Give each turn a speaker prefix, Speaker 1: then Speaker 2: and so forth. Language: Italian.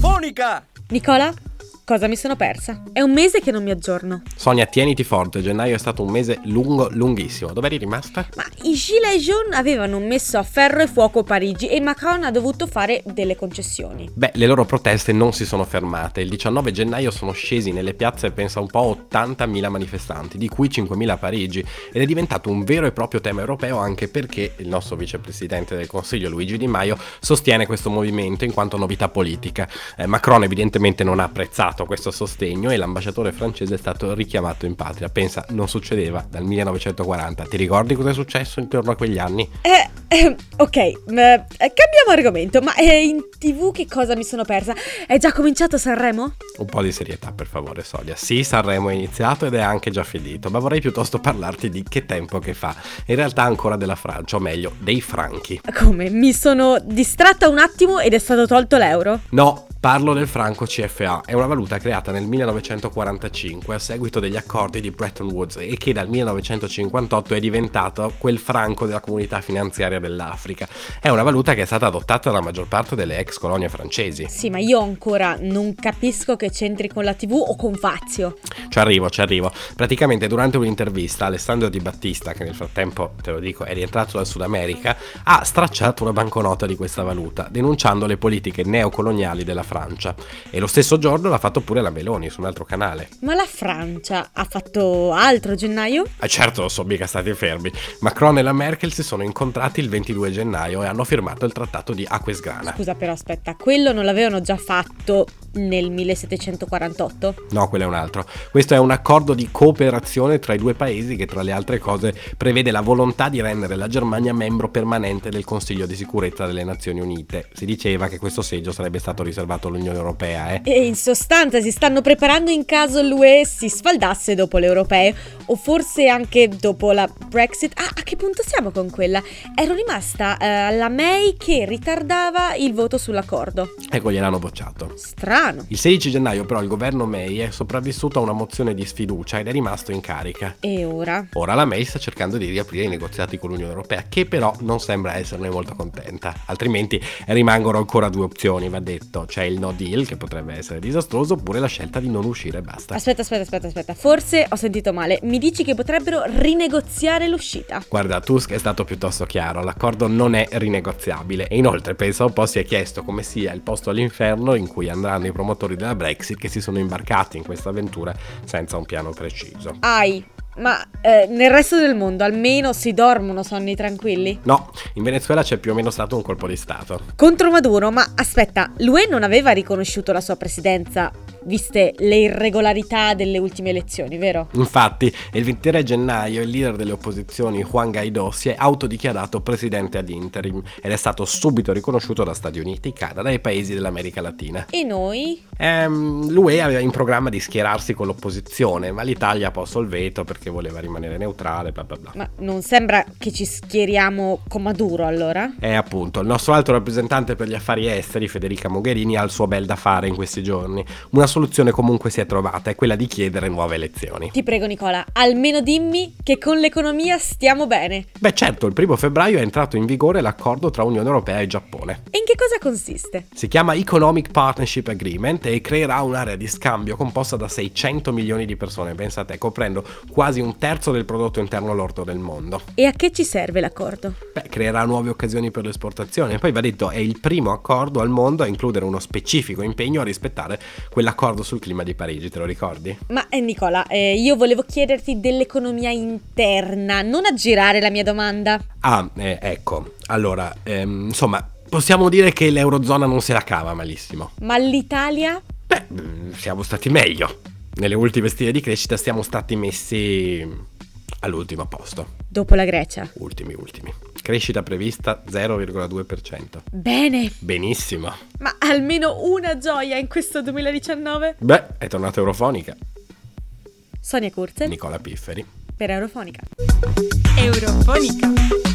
Speaker 1: musica!
Speaker 2: Nicola, cosa mi sono persa? È un mese che non mi aggiorno.
Speaker 3: Sonia, tieniti forte, gennaio è stato un mese lungo, lunghissimo. Dove eri rimasta?
Speaker 2: Ma i Gilles e Jean avevano messo a ferro e fuoco Parigi e Macron ha dovuto fare delle concessioni.
Speaker 3: Beh, le loro proteste non si sono fermate. Il 19 gennaio sono scesi nelle piazze, pensa un po', 80.000 manifestanti, di cui 5.000 a Parigi, ed è diventato un vero e proprio tema europeo anche perché il nostro vicepresidente del Consiglio Luigi Di Maio sostiene questo movimento in quanto novità politica. Eh, Macron evidentemente non ha apprezzato questo sostegno e l'ambasciatore francese è stato richiamato in patria. Pensa, non succedeva dal 1940. Ti ricordi cosa è successo intorno a quegli anni?
Speaker 2: Eh, ehm, ok, m- eh, cambiamo argomento, ma eh, in tv che cosa mi sono persa? È già cominciato Sanremo?
Speaker 3: Un po' di serietà, per favore, Solia. Sì, Sanremo è iniziato ed è anche già finito, ma vorrei piuttosto parlarti di che tempo che fa. In realtà ancora della Francia, o meglio, dei franchi.
Speaker 2: Come? Mi sono distratta un attimo ed è stato tolto l'euro?
Speaker 3: No, parlo del franco CFA. È una valuta creata nel 1945 a seguito degli accordi di Bretton Woods e che dal 1958 è diventato quel franco della comunità finanziaria dell'Africa. È una valuta che è stata adottata dalla maggior parte delle ex colonie francesi.
Speaker 2: Sì, ma io ancora non capisco che c'entri con la tv o con Fazio.
Speaker 3: Ci arrivo, ci arrivo. Praticamente durante un'intervista Alessandro Di Battista, che nel frattempo, te lo dico, è rientrato dal Sud America, ha stracciato una banconota di questa valuta, denunciando le politiche neocoloniali della Francia. E lo stesso giorno l'ha fatto pure la Meloni su un altro canale.
Speaker 2: Ma la Francia ha fatto altro a gennaio?
Speaker 3: Ah, certo, non sono mica stati fermi. Macron e la Merkel si sono incontrati il 22 gennaio e hanno firmato il trattato di Aquisgrana.
Speaker 2: Scusa però aspetta, quello non l'avevano già fatto nel 1748?
Speaker 3: No, quello è un altro. Questo è un accordo di cooperazione tra i due paesi che tra le altre cose prevede la volontà di rendere la Germania membro permanente del Consiglio di sicurezza delle Nazioni Unite. Si diceva che questo seggio sarebbe stato riservato all'Unione Europea, eh.
Speaker 2: E in sostanza si stanno preparando in caso l'UE si sfaldasse dopo le europee o forse anche dopo la Brexit. Ah, a che punto siamo con quella? Ero rimasta eh, alla May che ritardava il voto sull'accordo.
Speaker 3: Ecco, gliel'hanno bocciato.
Speaker 2: Strano.
Speaker 3: Il 16 gennaio però il governo May è sopravvissuto a una mozione di sfiducia ed è rimasto in carica.
Speaker 2: E ora?
Speaker 3: Ora la May sta cercando di riaprire i negoziati con l'Unione Europea, che però non sembra esserne molto contenta. Altrimenti rimangono ancora due opzioni, va detto. C'è il no deal, che potrebbe essere disastroso, oppure la scelta di non uscire e basta.
Speaker 2: Aspetta, aspetta, aspetta, aspetta. Forse ho sentito male. Mi dici che potrebbero rinegoziare l'uscita.
Speaker 3: Guarda, Tusk è stato piuttosto chiaro, l'accordo non è rinegoziabile e inoltre pensa un po' si è chiesto come sia il posto all'inferno in cui andranno i promotori della Brexit che si sono imbarcati in questa avventura senza un piano preciso.
Speaker 2: Ai, ma eh, nel resto del mondo almeno si dormono sonni tranquilli?
Speaker 3: No, in Venezuela c'è più o meno stato un colpo di Stato.
Speaker 2: Contro Maduro, ma aspetta, l'UE non aveva riconosciuto la sua presidenza, viste le irregolarità delle ultime elezioni, vero?
Speaker 3: Infatti, il 23 gennaio il leader delle opposizioni Juan Guaidó si è autodichiarato presidente ad interim ed è stato subito riconosciuto da Stati Uniti, Canada e paesi dell'America Latina.
Speaker 2: E noi?
Speaker 3: Ehm, L'UE aveva in programma di schierarsi con l'opposizione, ma l'Italia ha posto il veto perché voleva rimanere neutrale, bla bla bla.
Speaker 2: Ma non sembra che ci schieriamo con Maduro allora?
Speaker 3: E appunto, il nostro alto rappresentante per gli affari esteri, Federica Mogherini, ha il suo bel da fare in questi giorni. Una soluzione comunque si è trovata, è quella di chiedere nuove elezioni.
Speaker 2: Ti prego Nicola, almeno dimmi che con l'economia stiamo bene.
Speaker 3: Beh certo, il primo febbraio è entrato in vigore l'accordo tra Unione Europea e Giappone.
Speaker 2: E in che cosa consiste?
Speaker 3: Si chiama Economic Partnership Agreement e creerà un'area di scambio composta da 600 milioni di persone, pensate, coprendo quasi un terzo del prodotto interno lordo del mondo.
Speaker 2: E a che ci serve l'accordo?
Speaker 3: Beh, creerà nuove occasioni per l'esportazione. Poi va detto, è il primo accordo al mondo a includere uno specifico impegno a rispettare quell'accordo sul clima di Parigi, te lo ricordi?
Speaker 2: Ma eh, Nicola, eh, io volevo chiederti dell'economia interna, non aggirare la mia domanda.
Speaker 3: Ah, eh, ecco. Allora, ehm, insomma, possiamo dire che l'Eurozona non se la cava malissimo.
Speaker 2: Ma l'Italia?
Speaker 3: Beh, mm, siamo stati meglio. Nelle ultime stime di crescita siamo stati messi all'ultimo posto.
Speaker 2: Dopo la Grecia.
Speaker 3: Ultimi, ultimi. Crescita prevista 0,2%.
Speaker 2: Bene,
Speaker 3: Benissimo.
Speaker 2: ma almeno una gioia in questo 2019?
Speaker 3: Beh, è tornata Eurofonica.
Speaker 2: Sonia Curze
Speaker 3: Nicola Pifferi.
Speaker 2: per Eurofonica.
Speaker 4: Eurofonica.